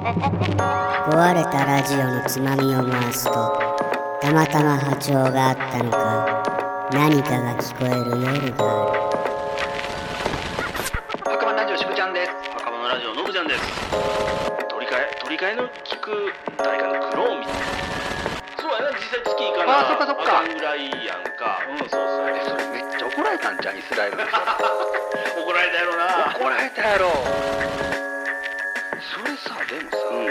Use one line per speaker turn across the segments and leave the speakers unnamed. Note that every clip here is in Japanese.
壊れたラジオのつまみを回すとたまたま波長があったのか何かが聞こえる夜がある
赤羽ラジオしぶちゃんです赤羽ラジオのぶちゃんです取り替え取り替えの聞く誰かのクローンみたいなそうやな実際月行かな
あーそっかそっか
あかんぐらいやんかうんそうそ
そ
う
れめっちゃ怒られたんじゃんイスラエルの人
怒られたやろな
怒られたやろそれさでもさ、
うん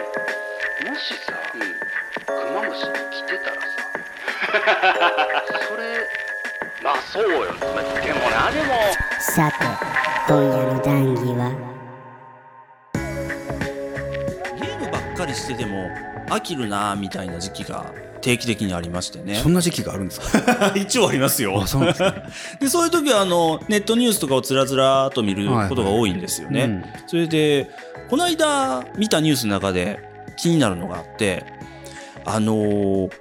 もしさ、
うん
クマムシに来てたら さそれ
まあそうよねまあでもなでも
さて今夜の談義は
ゲームばっかりしてても飽きるなーみたいな時期が定期的にありましてね
そんな時期があるんですか
一応ありますよ
あそうなんですね
でそういう時はあのネットニュースとかをつらつらと見る
はいはい
ことが多いんですよね、
うん
それでこの間見たニュースの中で気になるのがあってあのー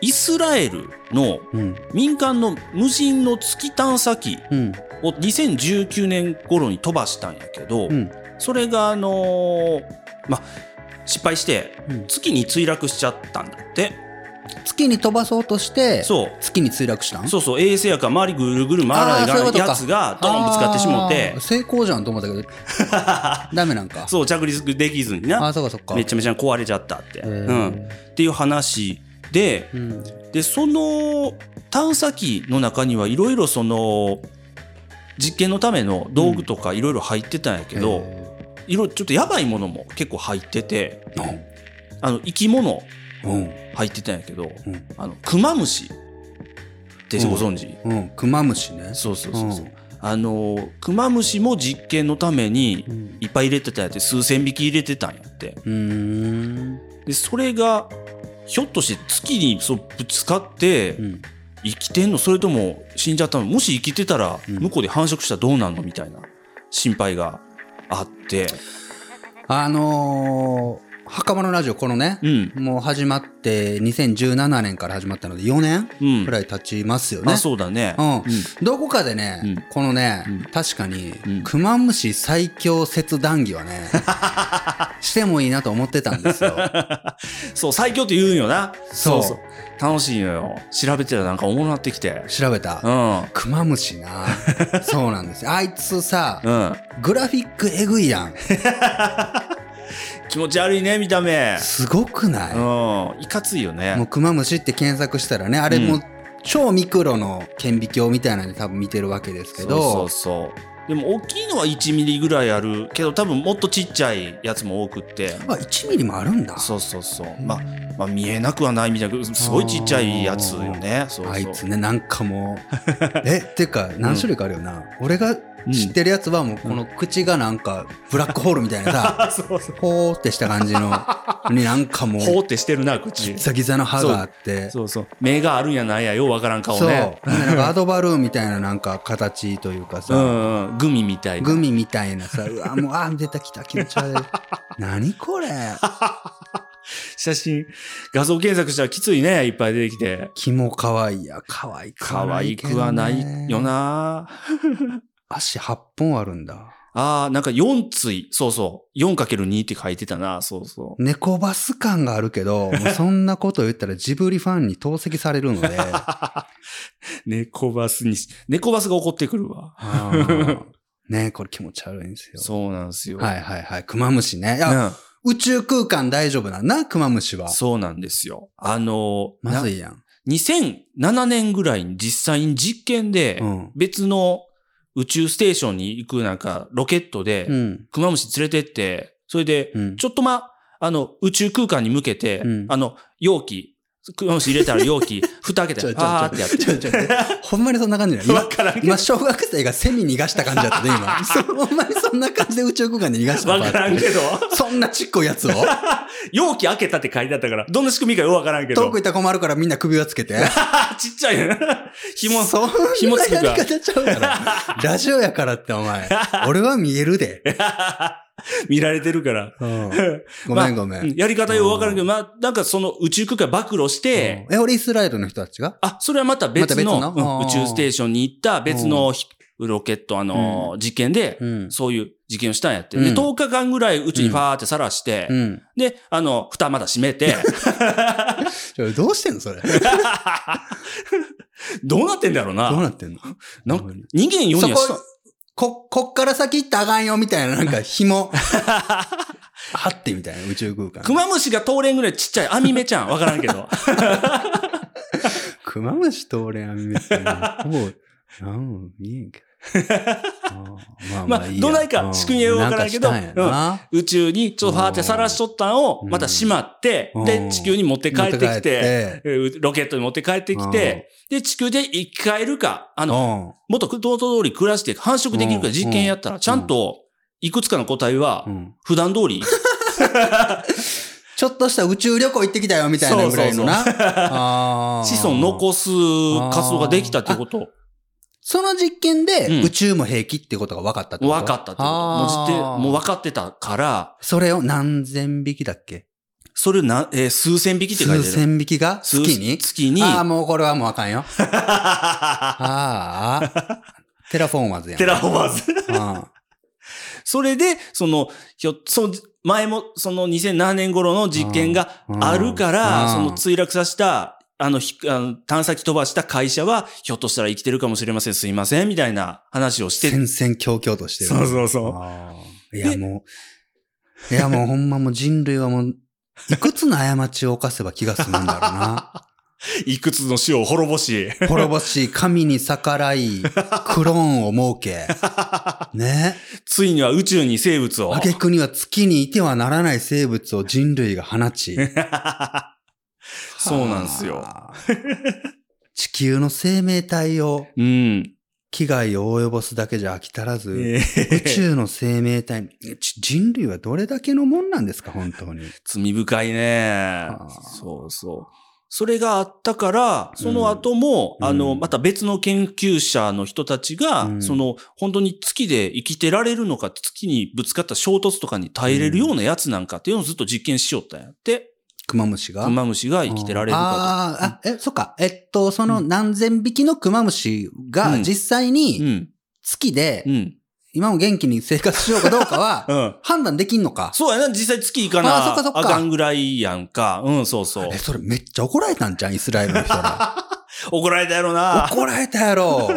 イスラエルの
うん
民間の無人の月探査機
うん
を2019年頃に飛ばしたんやけど、
うん
それがあのーまあ失敗して
うん
月に墜落しちゃったんだって、
月に飛ばそうとして
そう
月に墜落したん
そうそう衛星やから周りぐるぐる回らない
あーそういうことか
やつがドーンぶつかってしもうて
あー成功じゃんと思ったけど ダメなんか
そう着陸できずに
あ
な
ーそっかそっか
めちゃめちゃ壊れちゃったって、
へー
うん、っていう話で
うん
でその探査機の中にはいろいろその実験のための道具とかいろいろ入ってたんやけど、
へ
いろいろちょっとやばいものも結構入ってて
ー
あの生き物
うん
入ってたんやけど、
うん
あのクマムシってご存知、
うんクマムシね
そうそうそうそう、
うん
あのクマムシも実験のために
うん
いっぱい入れてたんやって数千匹入れてたんやって
うーん
でそれがひょっとして月にそうぶつかって
うん
生きてんのそれとも死んじゃったのもし生きてたら
うん
向こうで繁殖したらどうなんのみたいな心配があって
あのー袴のラジオこのね
うん
もう始まって2017年から始まったので4年
うん
くらい経ちますよね
あそうだね
うん
うん
どこかでね、
うん
このね、
うん
確かに、
うん
クマムシ最強説談義 はね、してもいいなと思ってたんですよ。
そう最強って言うんよな
そう
楽しいのよ調べてたらなんかおもろなってきて
調べ
う
た。
んうん
クマムシな。そうなんですよ。あいつさ、グラフィックえぐいやん。
気持ち悪いね見た目
すごくな
う
い、
んいかついよ
も
ね
うクマムシって検索したらね、あれも、
うん
超ミクロの顕微鏡みたいなので多分見てるわけですけど、
そうそうそうでも大きいのは1ミリぐらいあるけど多分もっとちっちゃいやつも多くって
あ、1ミリもあるんだ。
そうそうそうまあまあ見えなくはないみたいなすごいちっちゃいやつよねそうそう
あいつねなんかもう えっていうか何種類かあるよな、俺が知ってるやつはもうこの口がなんかブラックホールみたいな さ、
あそうそう
ほーってした感じのになんかも
ほ
う
うってしてるな口
ギザギザの歯があって
そうそう目があるんやないやようわからん顔
そう
ね
ほんでなんかアドバルーンみたいななんか形というか
う
さ、
んうんグミみたいな
グミみたいなさうわもうあー出たきた気持ち 悪い何これ
写真画像検索したらきついねいっぱい出てきて
キモかわいいやかわいくは
可
ない
愛
けどね
くはないよな
足8本あるんだ
ああ、なんか4対、そうそう、4×2 って書いてたな、そうそう。
猫バス感があるけ ど、もうそんなこと言ったらジブリファンに投石されるので、
猫バスにし、猫バスが怒ってくるわ。
ねこれ気持ち悪いんですよ。
そうなんですよ。
はいはいはい。クマムシね。いや、
うん
宇宙空間大丈夫なんだ、クマムシは。
そうなんですよ。あの、
まずいやん。
な2007年ぐらいに実際に実験で
う、ん。
別の宇宙ステーションに行くなんか、ロケットで
う、ん。
クマムシ連れてって、それで
う、ん
ちょっとま、あの、宇宙空間に向けて
うん、
あの、容器、クマムシ入れたら容器、蓋開け
ちょ
て、
ちょ
あーってやって。
ちょちょちょ ほんまにそんな感じだよ。今
わからんけど
今、小学生がセミ逃がした感じだったね、今。そほんまにそんな感じで宇宙空間に逃がした
わ
の
からんけど。
そんなちっこいやつを
容器開けたって書いてあったから、どんな仕組みかようわからんけど。
遠く行ったら困るからみんな首輪つけて。
あ、ちっちゃいね。 紐、
そんな
紐つく
や
か
り方ちゃう から。ラジオやからってお前。俺は見えるで。
見られてるから。
うん ご
ま
め
あ
んごめ。
うんんやり方ようわからんけど、まあ、なんかその宇宙空間暴露して、
え、俺イスラエルの人たちが
あ、それはまた別の
また別の
うん
あー
宇宙ステーションに行った別のひロケット、あのー実験で、
うん。
そういう実験をしたんやって。
う
で、
ん
10日間ぐらい宇宙にファーってさらして、
うん。
で、あの、蓋まだ閉め て、
ちょどうしてんの それ。ど
どうなってんだろう
う
な。
なってんの
なんか人間4
そ
人はし
こ、こ、こっから先行ったらあかんよみたいな、なんか 紐。張ってみたいな、宇宙空間。
クマムシが通れんぐらいちっちゃい網目ちゃん。わからんけど。
クマムシと俺は見てた な。もう、なんも見えんけど。あー
まあどないか仕組みはわからんけど宇宙にちょっとファーってさらしとったんを、
うん
また閉まって、
うん
で、地球に持って帰ってきて、
て、
えーロケットに持って帰ってきて、で、地球で生き返るか、あ
うん
の、元々通り暮らして繁殖できる
う
か
ん
実験やったら、ちゃんと、いくつかの個体は
う、ん
普段通り、
ちょっとした宇宙旅行行ってきたよみたいなぐらいのな。 あー
子孫残す活動ができたっていうこと、
その実
う
験で
ん
宇宙も平気ってことが分かったってこと
分かったってこと。もう
あ
実
ー
験もう分かってたから、
それを何千匹だっけ
それをな、えー数千匹って書い
数
てる。
千匹が
数
月に
月に、
ああ、もうこれはもうあかんよ。ああ。テラフォー マーズや ん。
テラフォーマーズ。
あ
それで、その、ひょ、そう、前も、その2007年頃の実験があるから、
うん
その墜落させた、あの、ひあの探査機飛ばした会社は、ひょっとしたら生きてるかもしれません、すいません、みたいな話をし
ー
て。
戦々恐々としてる。
そうう。
あーいや、もう、いや、もうほんまもう人類はもう、いくつの過ちを犯せば気が済むんだろうな。
いくつの死を滅ぼし。
滅ぼし、神に逆ら い、クローンを設け。 ね。
ついには宇宙に生物を。
挙句には月にいてはならない生物を人類が放ち。
そうなんです よ。
はあ。 地球の生命体を
うん。
危害を及ぼすだけじゃ飽き足らず、
え
宇
ー
宙の生命体、ち人類はどれだけのもんなんですか、本当に。
罪深いね
あ。ー
そうそう。それがあったから、その後も、
うん
あの、
うん
また別の研究者の人たちが、
うん
その、本当に月で生きてられるのか、月にぶつかった衝突とかに耐えれるようなやつなんかっていうのをずっと実験しよったんやって、
クマムシが。
クマムシが生きてられるか
あーあ、え、そっか。えっと、その何千匹のクマムシが
うん
実際
と。う
に
ん。
月で
うん。
今も元気に生活しようか どうかは
うん。
判断できんのか。
そうやな、実際月行かな
あーそっかそっか
あかんぐらいやんか。うん、そうそう
え、。それめっちゃ怒られたん じゃん、イスラエルの人ら。
怒られたやろな。
怒られたやろ。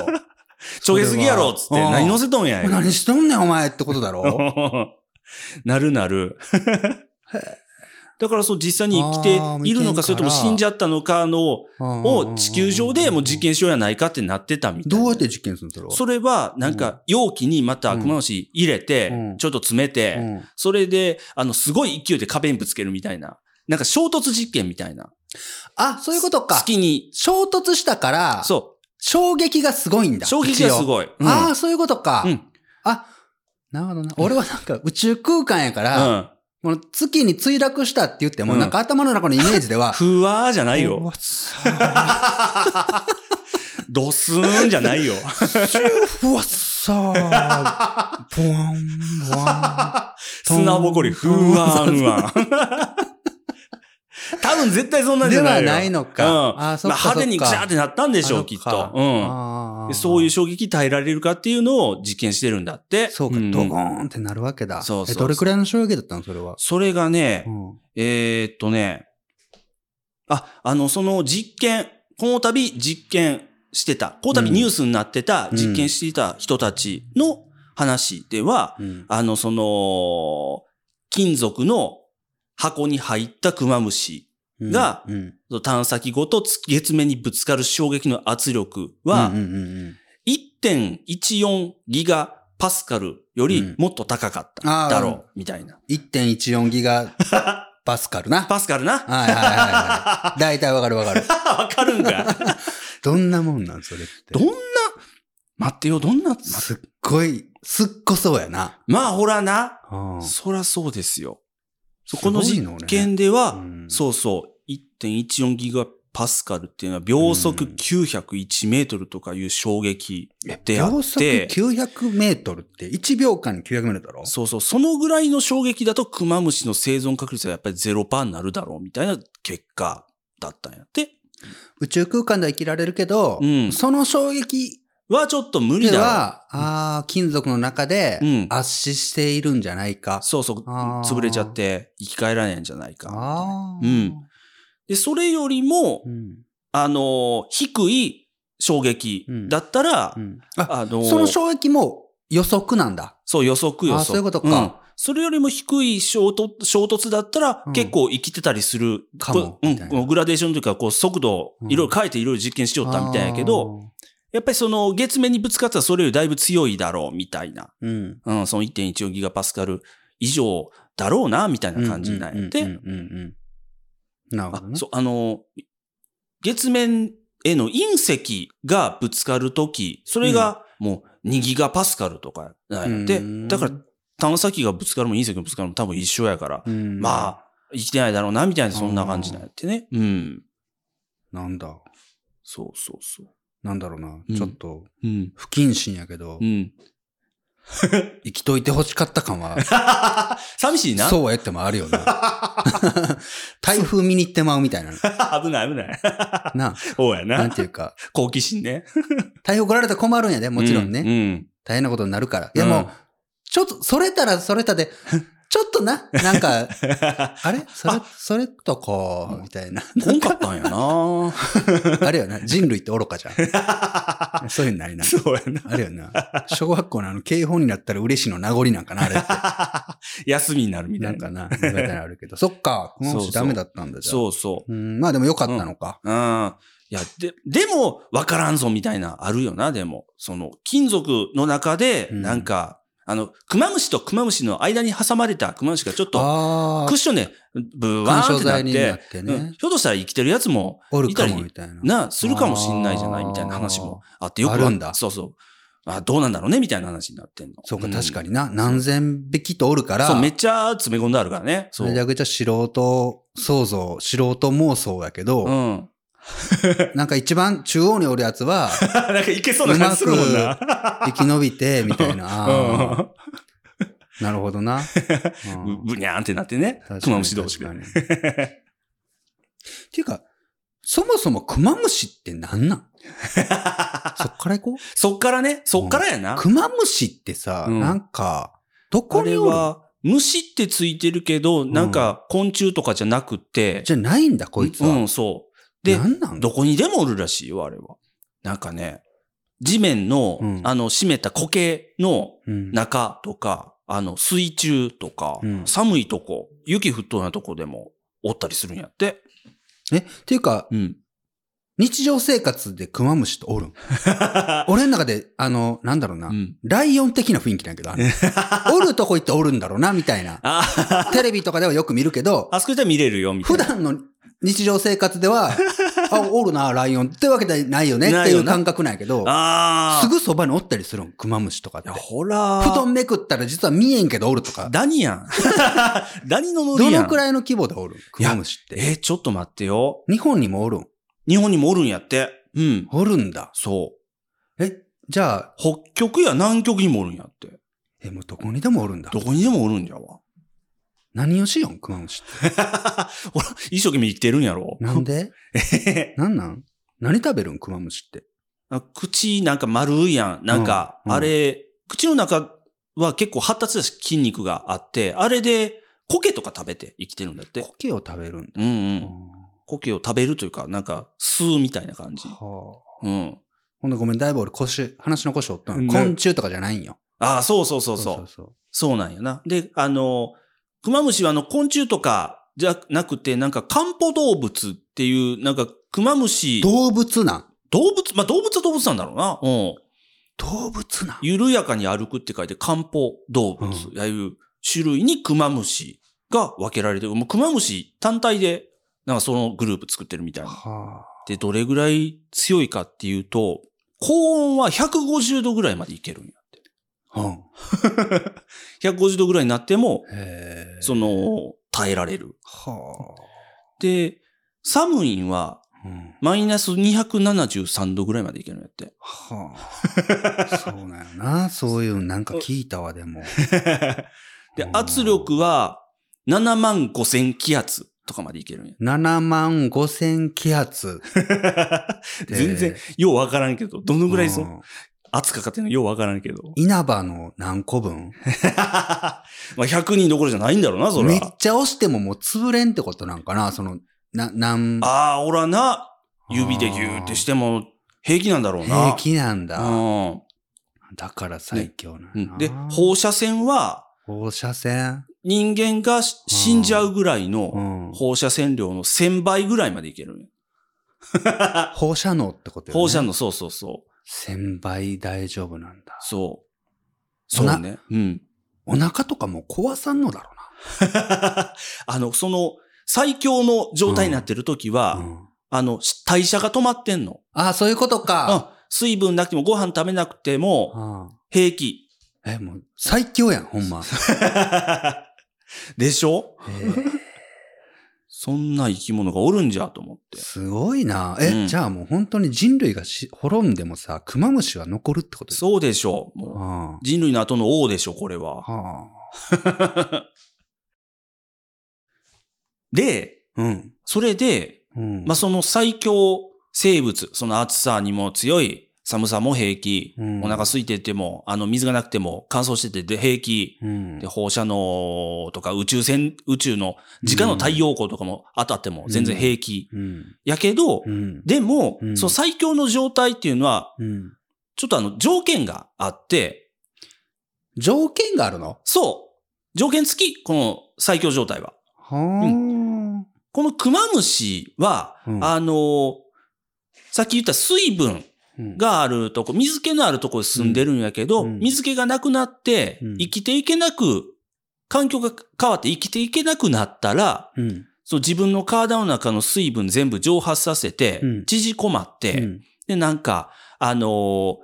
ちょげすぎやろ、つって。
それは
何乗せとんやん。
何しとんねん、お前ってことだろ。
なるなる。だからそう実際に生きているの
あー見てんか
からそれとも死んじゃったのかのを地球上でもう実
験。
験しようやないかってなってたみたい
どう
な
やっ。て実験するんだろ
それはなんか容器にまたクマムシ入れ
う
て
ん
ちょっと詰め
う
て
ん
それであのすごい勢いで壁にぶつけるみたいな。なんか衝突実験みたいな。
あ、そういうことか。
月に。
衝突したから、
そ
衝撃がすごいん
う。
だ。
衝撃がす
い。
ごい。うん
ああ、そういうことか。
うん。
あ、なるほどな。俺はなんか宇宙空間やから、
うん。
この月に墜落したって言っても、
うん
なんか頭の中のイメージでは、
ふわーじゃ ない
お
よ。
わす
ドスーンじゃないよ。
ふわっさ ー、ぽわん、ぽわ
砂ぼこり、ふんわんわん。多分絶対そんなん
ん。
じ
で
ゃな
はい
よ。
ないのか。
うん。
あー、そっ
まあ
かそっか。
派手にグシャーってなったんでしょ
あ
う、きっ
そか
と。うん。
あー
でそういう衝撃耐えられるかっていうのを実験してるんだって。
そうか、
ん
ドゴーンってなるわけだ。
そうそう
え、どれくらいの衝撃だったのそれは。
それがね
う、ん
えーっとね、あ、あの、その実験、この度実験してた、この度
うん
ニュースになってた、
うん
実験していた人たちの話では、
うん。
あの、その、金属の箱に入ったクマムシが
うん、うん
探査機ごと月月面にぶつかる衝撃の圧力は
うん、うんうんうん
1.14ギガパスカルよりもっと高かった
うん
だろ
あー
う、みたいな。
1.14ギ ガパスカルな。はい
パスカルな
はいはいはい。大体わかるわかる。
わかるんか
どんなもんなんそれって。
どんな、待ってよ、どんな、
すっごい、すっごそうやな。
まあほらな、
うん
そらそうですよ。そ
すご
こ
い
の
のね
実験では、
うん
そうそう、1.14ギガパスカルっていうのは秒速
うん
901メートルとかいう衝撃であ
秒
っ
速
て、
900メートルって1秒間に900メートルだろ
そうそう、そのぐらいの衝撃だとクマムシの生存確率はやっぱり0%になるだろうみたいな結果だったんやって。
宇宙空間では生きられるけど、
うん
その衝撃
はちょっと無理
で
だろ
は、ああ、金属の中で
うん
圧死しているんじゃないか
う。。そうそう、
あー
潰れちゃって生き返らないんじゃないか。
ああ。
うんで、それよりも
う、ん。
あのー低い衝撃だったら、
うん。あ、
あのー
その衝撃も予測なんだ。
そう、予測予測。
あそういうことか
んそれよりも低い衝突衝突だったら、
うん
結構生きてたりする。
かも
こううん
みたいな
こうグラデーションというか、こう、速度を
うん
いろいろ変えていろいろ実験しよったみたいやけど、やっぱりその、月面にぶつかったらそれよりだいぶ強いだろう、みたいな。
あー、うん。
うん、その1.14ギガパスカル以上だろうな、みたいな感じになっ
うん
て、
うんうんうんうんなるほ
あ
どね。
そう、あの、月面への隕石がぶつかるとき、それがもう2ギガパスカルとかなんやって、
うん
だから、探査機がぶつかるも隕石がぶつかるも多分一緒やから、
うんあ。
まあ、生きてないだろうな、みたいな、そんな感じなんやってね。うん。
なんだ。
そうそうそう。
なんだろうな。
うん
ちょっと、
うん。
不謹慎やけど
う、ん。
生きといてほしかった感は、
寂しいな。
そうはやってもあるよな。 台風見に行ってまうみたいな。
危ない危ない。
な、
そうや
な。
なん
ていうか、
好奇心ね。
台風来られたら困るんやで、もちろん
う
ね。
ん。
大変なことになるから。
うん
でも、ちょっと、それたらそれ たで、ちょっとな、なんか、 あれそれ、それとか、みたいな。
うん。こんかったん やな。
あれよな、 人類って愚かじゃん。そういうのないな。
そうやな。
あれよ な。小学校のあの、警報になったら嬉しいの名残なんかな、あれって。
休みに なるみた
ないん
な。
かな、みたいなのあ るけど。そっか、この
そうそう
話ダメだったんだじゃあ。
そうそう
ん、まあでもよかったのか。
う。うん。いや、で、でも、わからんぞみたいな、あるよな、でも。その、金属の中で、
うん
なんか、あの、クマムシとクマムシの間に挟まれたクマムシがちょっと、
あ
クッ
あ、
ションで、ブワ
干
ーンっ
渉
てなっ、
剤になってて
う
ね
ん。ひょっとしたら生きてるやつも、
おるか
いた
も、
り
みたいな。
な、するかもしんないじゃない
あー
みたいな話もあって、よく
あるんだ
そうそう。あ、どうなんだろうねみたいな話になってんの。
そうか、
ん
確かにな。何千匹とおるから、
そう、めっちゃ詰め込んであるからね。そう。
めちゃくちゃ素人想像、素人妄想やけど、
うん。
なんか一番中央におるやつは、
なんかいけそうな感じするもんな。
生き延びて、みた いな。あー
う
なるほ どな。うん
ん。ぶにゃーんってなってね。クマムシ同士で。
確かに確かにっていうか、そもそもクマムシって 何なんそっから行こう。
そっからね、そっからやな。
クマムシってさ、
うん
なんか、どこ
こ
に
れ
おる
は、虫ってついてるけど、なんか昆虫とかじゃなくて、
じゃないんだ、こいつは。
うん、そう。で、
何なん
どこにでもおるらしいよ、あれは。なんかね、地面の、
うん
あの、湿った苔の
うん
中とか、あの、水中とか、
うん
寒いとこ、雪沸騰なとこでもおったりするんやって。
え、っていうか、
うん。
日常生活でクマムシって おるん俺の中で、あの、なんだろうな、
うん。
ライオン的な雰囲気なんやけど、あ のおるとこ行っておるんだろうな、みたいな。
あ、
テレビとかではよく見るけど、
あそこじゃ見れるよ、みたい
普
な。
段の日常生活で は、あ、おるな、ライオンってわけじゃないよねっていう感覚なんやけど、
あ
す
あ。
ぐそばにおったりするん、クマムシとかっ
い
て
や、。ほら。
布団めくったら実は見えんけどおるとか、
ダニやん。 ダニのノリ
ど
やん。
のくらいの規模でおるん、クマムシって。
えー、ちょっと待ってよ。
日本にもおるん。
日本にもおるんやって。うん。
おるんだ。
そう。
え、じゃあ、
北極や南極にもおるんやって。
え、もうどこにでもおるんだ。
どこにでもおるんじゃわ。
何をしよん、クマムシって。
ほら、一生懸命生きてるんやろ。
なん でなんなん何食べるん、クマムシって。
あ口なんか丸いやん。なんか、
うんうん
あれ、口の中は結構発達だし筋肉があって、あれで苔とか食べて生きてるんだって。
苔を食べるんだ。
うんうん。
は
苔を食べるというか、なんか、吸うみたいな感じ
あ。
うん。
ほんでごめん、だいぶ俺腰、話の腰折った
うん
ん。昆虫とかじゃないんよ。
ああ、そうそうそうそう。
そう。
そうなんやな。で、あの、クマムシはあの昆虫とかじゃなくて、なんか漢方動物っていう、なんかクマムシ、
動物なん
動物、まあ、動物は動物なんだろうな。うん。
動物なん
緩やかに歩くって書いて漢方動物、
う
ああいう種類にクマムシが分けられてる。もうクマムシ単体で、なんかそのグループ作ってるみたいな。
はあ。
で、どれぐらい強いかっていうと、高温は150度ぐらいまでいけるんやって。
うん。
150度ぐらいになっても、
へえ。
その、耐えられる。
は
で、寒いんは、
あ。うん。
マイナス273度ぐらいまでいけるんやっ て。
はあ。 そうなんやな。そういうのなんか聞いたわ、でも。
で
う、ん
圧力は7万5千気圧とかまでいけるんや。
7万5千気圧。
全然、ようわからんけど、どのぐらいそ
うん
う圧かかってんのようわからんけど。
稲葉の何個分
まあ100人どころじゃないんだろうな、そ
め
れ
っちゃ押してももう潰れんってことなんかなその、な、なん、
ああ、おらな、指でギューってしても平気なんだろうな。
平気なん
う
だ。
ん
だから最強なん
う
やな。
ん。で、放射線は
放射線。
人間がし死んじゃうぐらいうの
ん。
放射線量の1000倍ぐらいまでいけるんよ
放射能ってことよね。
放射。能、そうそうそう。
1000倍大丈夫なんだ。
そう。
お
そ
な
うね。うん。
お腹とかも壊さんのだろ
あの、その、最強の状態になってる時は、
うな。うん
あの、し代謝が止まってんの。
あ、そういうことか。
うん水分なくてもご飯食べなくても
うん
平 気。
え、もう最強やん、ほん ま。
でしょ
えー
そんな生き物がおるんじゃと思って。
すごいな。え、
うん
じゃあもう本当に人類がし滅んでもさ、クマムシは残るってこと
そうでしょう。もう
あ
人類の後の王でしょ、これは。
あ。は
で、
あ。うん。
それで、
うん。
まあ、その最強生物、その暑さにも強い、寒さも平気、
うん
お腹空いてても、あの、水がなくても、乾燥しててで平気、
うん
で、放射能とか宇宙船、宇宙の直の太陽光とかも当たっても全然平気。
うん。
やけど、
うん。
でも、
うん
その最強の状態っていうのは、
うん。
ちょっとあの、条件があって、
条件があるの
そう条件付きこの最強状態は。
はあ、
このクマムシは、
うん
あのーさっき言った水分
うん
があるとこ、水気のあるとこに住んでるんやけど、
うん
水気がなくなって
うん、
生きていけなく、環境が変わって生きていけなくなったら、
うん。
その自分の体の中の水分全部蒸発させて
うん、
縮こまっ
う
て、
ん
で、なんか、あのー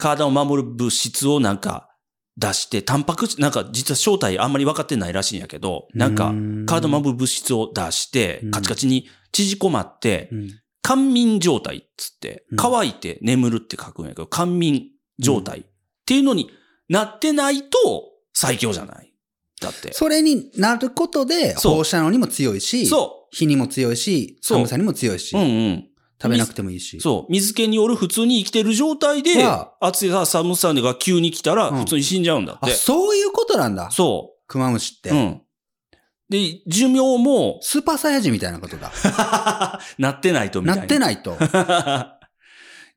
体を守る物質をなんか出して、タンパク質、なんか実は正体あんまり分かってないらしいんやけど、なんか、体を守る物質を出して
うん、
カチカチに縮こまって
う、ん
乾眠状態っつって
うん、
乾いて眠るって書くんやけど、乾眠状態っていうのになってないと最強じゃない。だって。
それになることで、
そう
放射能にも強いし、
そ
火にも強いし、
そう
寒さにも強いし、
う。うんうん。
食べなくてもいいし。
そう。水気による普通に生きてる状態で
は、
暑さ寒さが急に来たら
うん
普通に死んじゃうんだっ
あ、
て。
そういうことなんだ。
そ
クマムシって、
う。うん。で、寿命 も
スーパーサイヤ人みたいなことだ。
なってないとみたいな。
なってないと。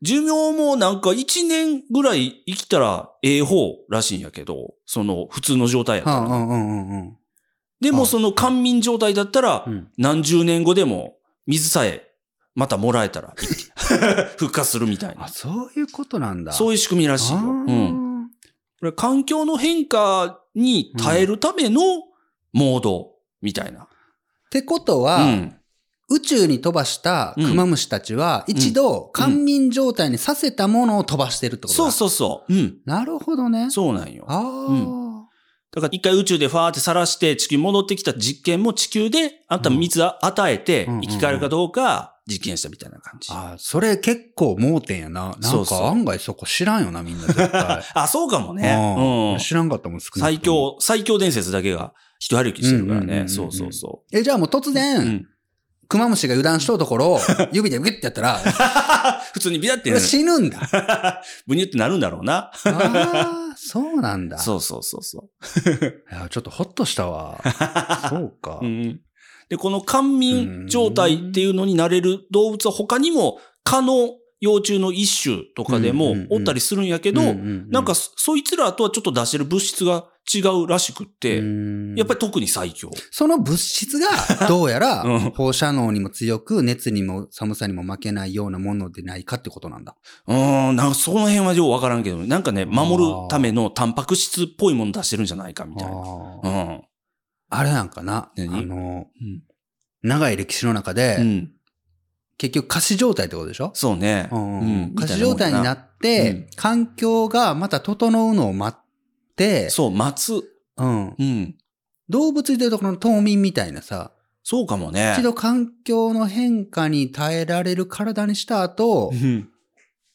寿命もなんか1年ぐらい生きたらええ方らしいんやけど、その普通の状態やった
はあ、
ら。
うんうんうんうん
でもその官民状態だったら
う、ん。
何十年後でも水さえまたもらえた ら復活するみたい
あ、
な。
そういうことなんだ。
そう
いう
いう仕組みらしいよ。うん。これ環境の変化に耐えるためのモードみたいな。
ってこと
う
は、
ん。
宇宙に飛ばしたクマムシたちは、
ん
一度、乾眠状態にさせたものを飛ばしてるってことだ。
そうそうそう。うん。
なるほどね。
そうなんよ。
ああ、
うんだから一回宇宙でファーってさらして地球に戻ってきた実験も地球であんた水を与えて
うん
生き返るかどうか実験したみたいな感じ。
あーそれ結構盲点やな。な
そ
ん
うそう。
か案外そこ知らんよな、みんな絶対
あ、そうかも
うん
ね。
知らんかったもん、少
うん。
な
最
くとも。
強、最強伝説だけが一歩きしてるから
うんうんうんうん
ね。そうそうそ
え、じゃあもう突然、
う。うん。
クマムシが油断しとうところを、指でグッてやったら、
普通にビタって
これ、死ぬんだ。あ
ブニュってなるんだろうな。
あ、そうなんだ。
そうそうそうそ
いやちょっとホッとしたわ。 そうか
う。う。ん。で、この官民状態っていうのになれる動物は他にも蚊の幼虫の一種とかで
う
も
んうんうん
おったりするんやけ
け
ど、なんか、そそいつらとはちょっと出してる物質が違うらしくって、や
や
っぱり特に最強。
その物質 が、どうやら
うん、
放射能にも強く、熱にも寒さにも負けないようなものでないかってことなんだ。
うーん、なんかその辺はようわからんけど、なんかね、守るためのタンパク質っぽいもの出してるんじゃないかみたいな。う
あ
ん。
れなんかな、あ
何
の
うん、
長い歴史の中
う
で、
ん。
結局仮死状態ってことでしょ
そうね。うん
仮死状態にな
っ
って、環境がまた整うのを待って、
そう、待つ。
うん
うん。
動物でいうとこの冬眠みたいなさ、
そうかもね。
一度環境の変化に耐えられる体にした後
う、ん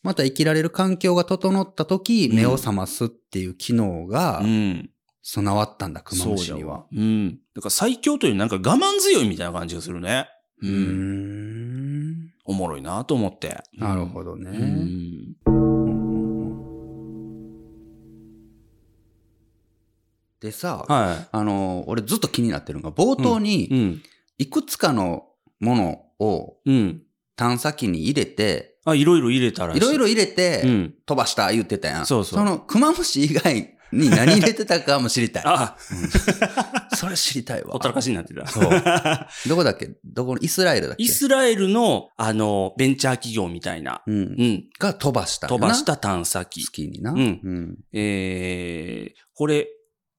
また生きられる環境が整った時、
うん
目を覚ますっていう機能が
うん。
備わったんだ、クマ
そ
ム
う
シ
だ
には
わ。。うん。だから最強というよりなんか我慢強いみたいな感じがするね。う
うー
ん。
ん。
おもろいなと思って。
なるほどね。
うん。
うんうんうんでさ、
は
あの、俺ずっと気になってるのが、冒頭
い。う
に、
ん。
いくつかのものを
うん。
探査機に入れて、
あ、いろいろ入れたらしい。
いろいろ入れ
う
て、
ん。
飛ばした言ってたやん。
そうそう
の、クマムシ以外に何入れてたかも知りたい。
あ、
それ知りたいわ。
ほったらかしになってた。
そう。 どこだっけどこのイスラエルだっけ
イスラエルの、あの、ベンチャー企業みたいな、
う。
うんん、
が飛ばしたんや
飛
な。
ばした探査機。
月にな。
うん
ん。
えー、これ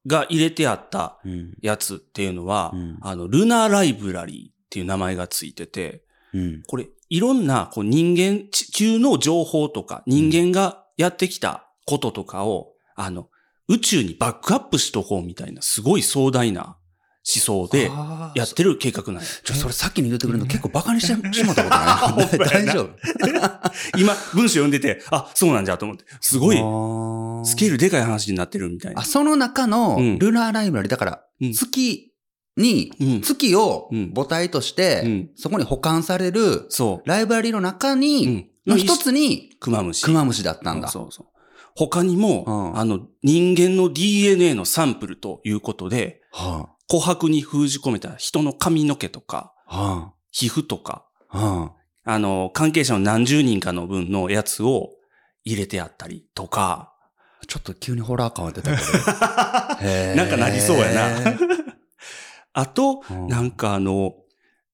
が入れてあった
うん。
やつっていうのは、
うん
あの、ルナーライブラリーっていう名前がついてて、
うん。
これ、いろんな、こう、人間、地球の情報とか、人間がやってきたこととかを、あの、宇宙にバックアップしとこうみたいな、すごい壮大な思想で、
あー
やってる計画なんや。
ちょ、それさっきに言ってくれるの結構バカにしてしまった ことない。大丈夫。
今、文章読んでて、あ、そうなんじゃと思って、すごい、スケー
ル。
ルでかい話になってるみたいな
あ、。その中の
うん
ルナーライブラリ、だから
うん、
月に、
うん
月を
うん
母体とし
う
て
ん、
そこに保管される
そ
ライブラリの
う。
中
う
に、
ん。
の一つに、
クマムシ。
クマムシだったんだ。
そうそう。他にも、
うん
あの、人間の DNA のサンプルということで、
は
琥珀に封じ込めた人の髪の毛とか、
あ、は
皮膚とか、
あ、は
あの、関係者の何十人かの分のやつを入れてあったりとか、
あ。ちょっと急にホラー感が 出たけど。へー
なんかなりそうやな。 あと、
うん
なんかあの、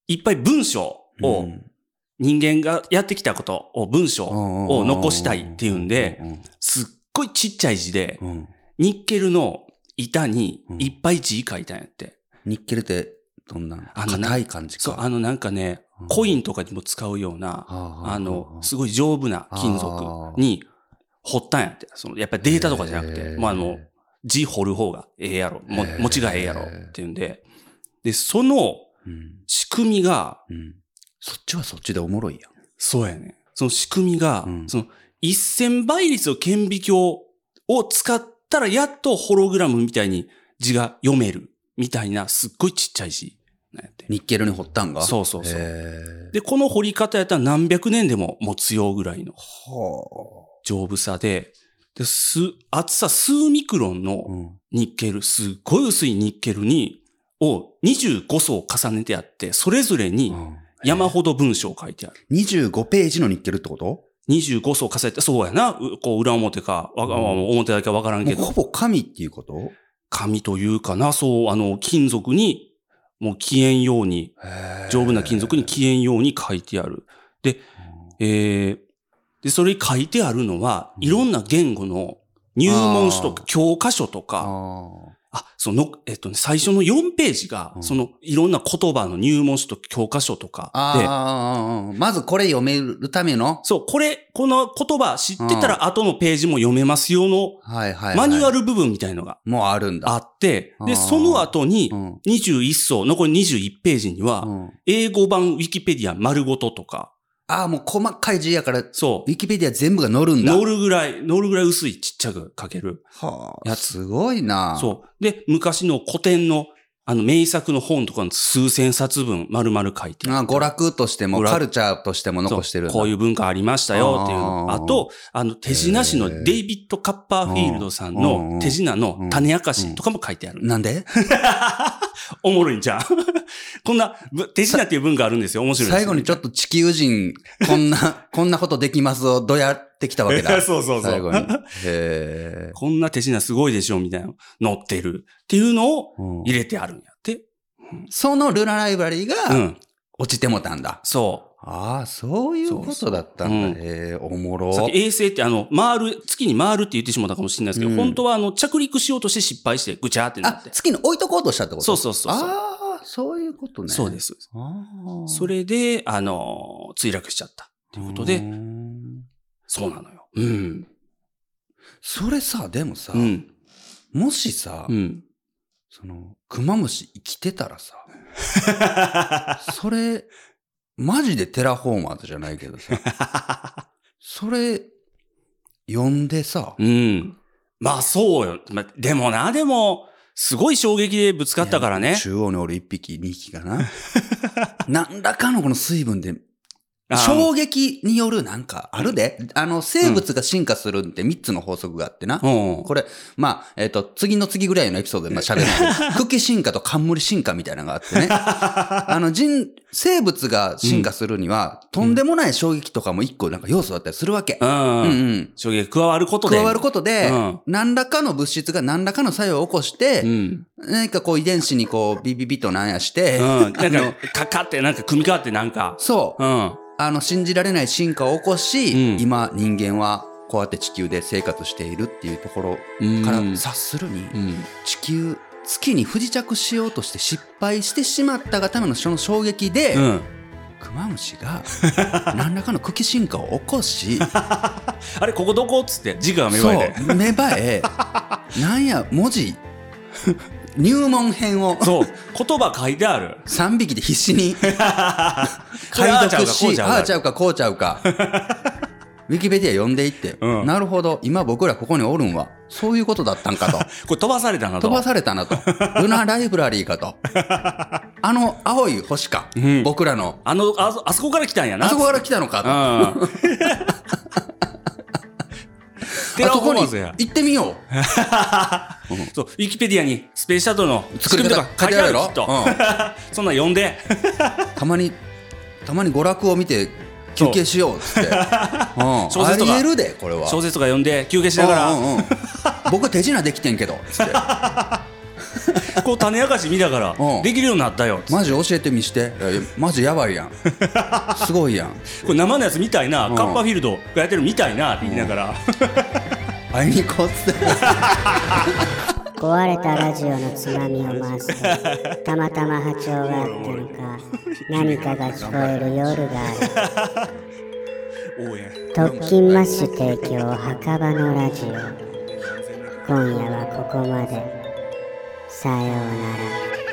いっぱい文章を、
うん
人間がやってきたことを文章を残したいっていうんで、
うん
すっごいちっちゃい字で、
うんうん
ニッケルの板にいっぱい字書いたんやって。
ニッケルってどんな
あの
硬い感じか。
そう、あのなんかね
うん、
コインとかにも使うような、あ
あ
の、すごい丈夫な金属に掘ったんやって。その、やっぱりデータとかじゃなくて、まああの、字掘る方がええやろ、も
へー
持ちがええやろっていうんで、で、その
うん
仕組みが、
うんそっちはそっちでおもろいやん。
そうやね。その仕組みが、
うん
その1000倍率の顕微鏡を使ったらやっとホログラムみたいに字が読めるみたいなすっごいちっちゃい字なんやって。
ニッケルに掘ったんが
そうそうそう
う。
で、この掘り方やったら何百年でも持つようぐらいの
は
丈夫さで、で、す、厚さ数ミクロン
あ。う
の
ん
ニッケル、すっごい薄いニッケルに、を25層重ねてあって、それぞれに山ほど文章を書いてある。
25ページのニッケルってことも
25層重ねて、そうやな。うこう、裏表か、わか
うん
表だけわからん
う
けど
ほ、ぼ神っていうこと
紙というかな、そう、あの、金属に、もう消えんように、丈夫な金属に消えんように書いてある。えーで、それに書いてあるのは、
うん
いろんな言語の入門書とか
あ、ー
教科書とか、
あ
あ、その、えっとね、最初の4ページが
う、ん
その、いろんな言葉の入門書と教科書とかで、
あー。まずこれ読めるための、
そう、これ、この言葉知ってたら後のページも読めますよの
はいはいはい。
マニュアル部分みたいのが
もあるんだ。
あって、
あー
で、その後に
う、ん
21層、残り21ページには、
うん
英語版ウィキペディア丸ごととか、
ああ、もう細かい字やから、ウ
そう、
ィキペディア全部が載るんだ。
乗るぐらい、乗るぐらい薄いちっちゃく書ける。
はあ。
やつ
すごいな。
そう。で、昔の古典の、あの、名作の本とかの数千冊分丸々書いて
あ
る
あ娯楽としても、
娯楽
カルチャーとしても
そう
残してるんだ。
こういう文化ありましたよっていうの。
あ
あ
ー
と、あの、手品師のデイビッド・カッパーフィールドさん
うん
の手品の種明かしとかも書いてある。
なんで
おもろいんじゃん。 こんな、ぶ手品っていう文化あるんですよ。面白いですよ
最後にちょっと地球人、こ んな、こんなことできますをどやってきたわけだ。
そうそうそう。
最後に。へえ。
こんな手品すごいでしょみたいなの載ってるっていうのを
うん
入れてあるんやって。
そのルナライブラリー
う
が
ん。
落ちてもたんだ。
そ
ああ、そういうことだった
そ
ん
うそ
だ。へえ、おも
う。
ろ。
さっき衛星ってあの、回る、月に回るって言ってしまったかもしれないですけど、
うん
本当はあの、着陸しようとして失敗してぐちゃーってなっ
あ
て、。
月に置いとこうとしたってこと
そうそうそうそう。
ああ、そういうことね。
そうで。す。
ああ。
それで、あの、墜落しちゃった。ということ
う
で、
ん
そうなのよ。うん。
それさ、でもさ
う、ん。
もしさ
う、ん。
その、クマムシ生きてた らさ、それ、マジでテラフォーマーズじゃないけどさ、 それ、読んでさ、
うん。まあそうよ。まあ、でもな、でも、すごい衝撃でぶつかったからね。
中央におる一匹、二匹かな。何らかのこの水分で
あー
衝撃によるなんかあるで。あの、生物が進化するって3つの法則があってな。
うん。
これ、まあ、えっ、と、次の次ぐらいのエピソードでまあ喋る。 茎進化と冠進化みたいなのがあってね。あの、人、生物が進化するには、とんでもない衝撃とかも一個なんか要素だったりするわけ。
うん。
うんうん。
衝撃加わることで。
加わることで、
うん
何らかの物質が何らかの作用を起こして、
うん。
何かこう遺伝子にこうビビビとなんやして、
うん。なん
あの
か、かかって、なんか、組み替わって、なんか。
そう、
うん。
あの信じられない進化を起こし、
うん
今人間はこうやって地球で生活しているっていうところ
うん
から
うん。
察するに、地球月に不時着しようとして失敗してしまったがためのその衝撃で、
うん。
クマムシ が何らかの茎進化を起こし
あれ、ここどこっつって、軸が芽生えて。
そう芽生えなんや文 字入門編を
そう。言葉書いてある。
3匹で必死に
それ
解
ああちゃうか
読
こうちゃ
し
うか
ああちゃうかこうちゃ うかウィキペディア読んでいって、
うん
なるほど今僕らここにおるんはそういうことだった んかと
これ飛ばされたなと。
飛ばされたなとルナライブラリー かとあの青い星か、
うん
僕らの
あの、あそ、あそこから来たんやな。
あそこから来たのかとあ
うん。テラフォ
そこ
ー
に
マーズや。
行ってみよう
そう、ウィキペディアにスペースシャトルの
作
作
り
り
方
方書
書い
い
て
て
あ
ある
るや
よ、
ろ
きっと。そんなん読ん で。
たまにたまに娯楽を見て休憩しようっ つって、うん、あ
小説と
り
か
えるでこれは
小説とか読んで、休憩しなが
うん
ら、
うんうん僕手品できてんけどつって
こう種明かし見たか
うん
ら、できるようになったよ。
マジ教えてみしてえマジやばいやんすごいやん
これ生のやつみたいな、
ん
カッパーフィールドがやってるみたいなって言いながら。
会いに行こうっつって
壊れたラジオのつまみを回すとたまたま波長があったのか何かが聞こえる夜がある
応援。
特勤マッシュ提供墓場のラジオ今夜はここまでさようなら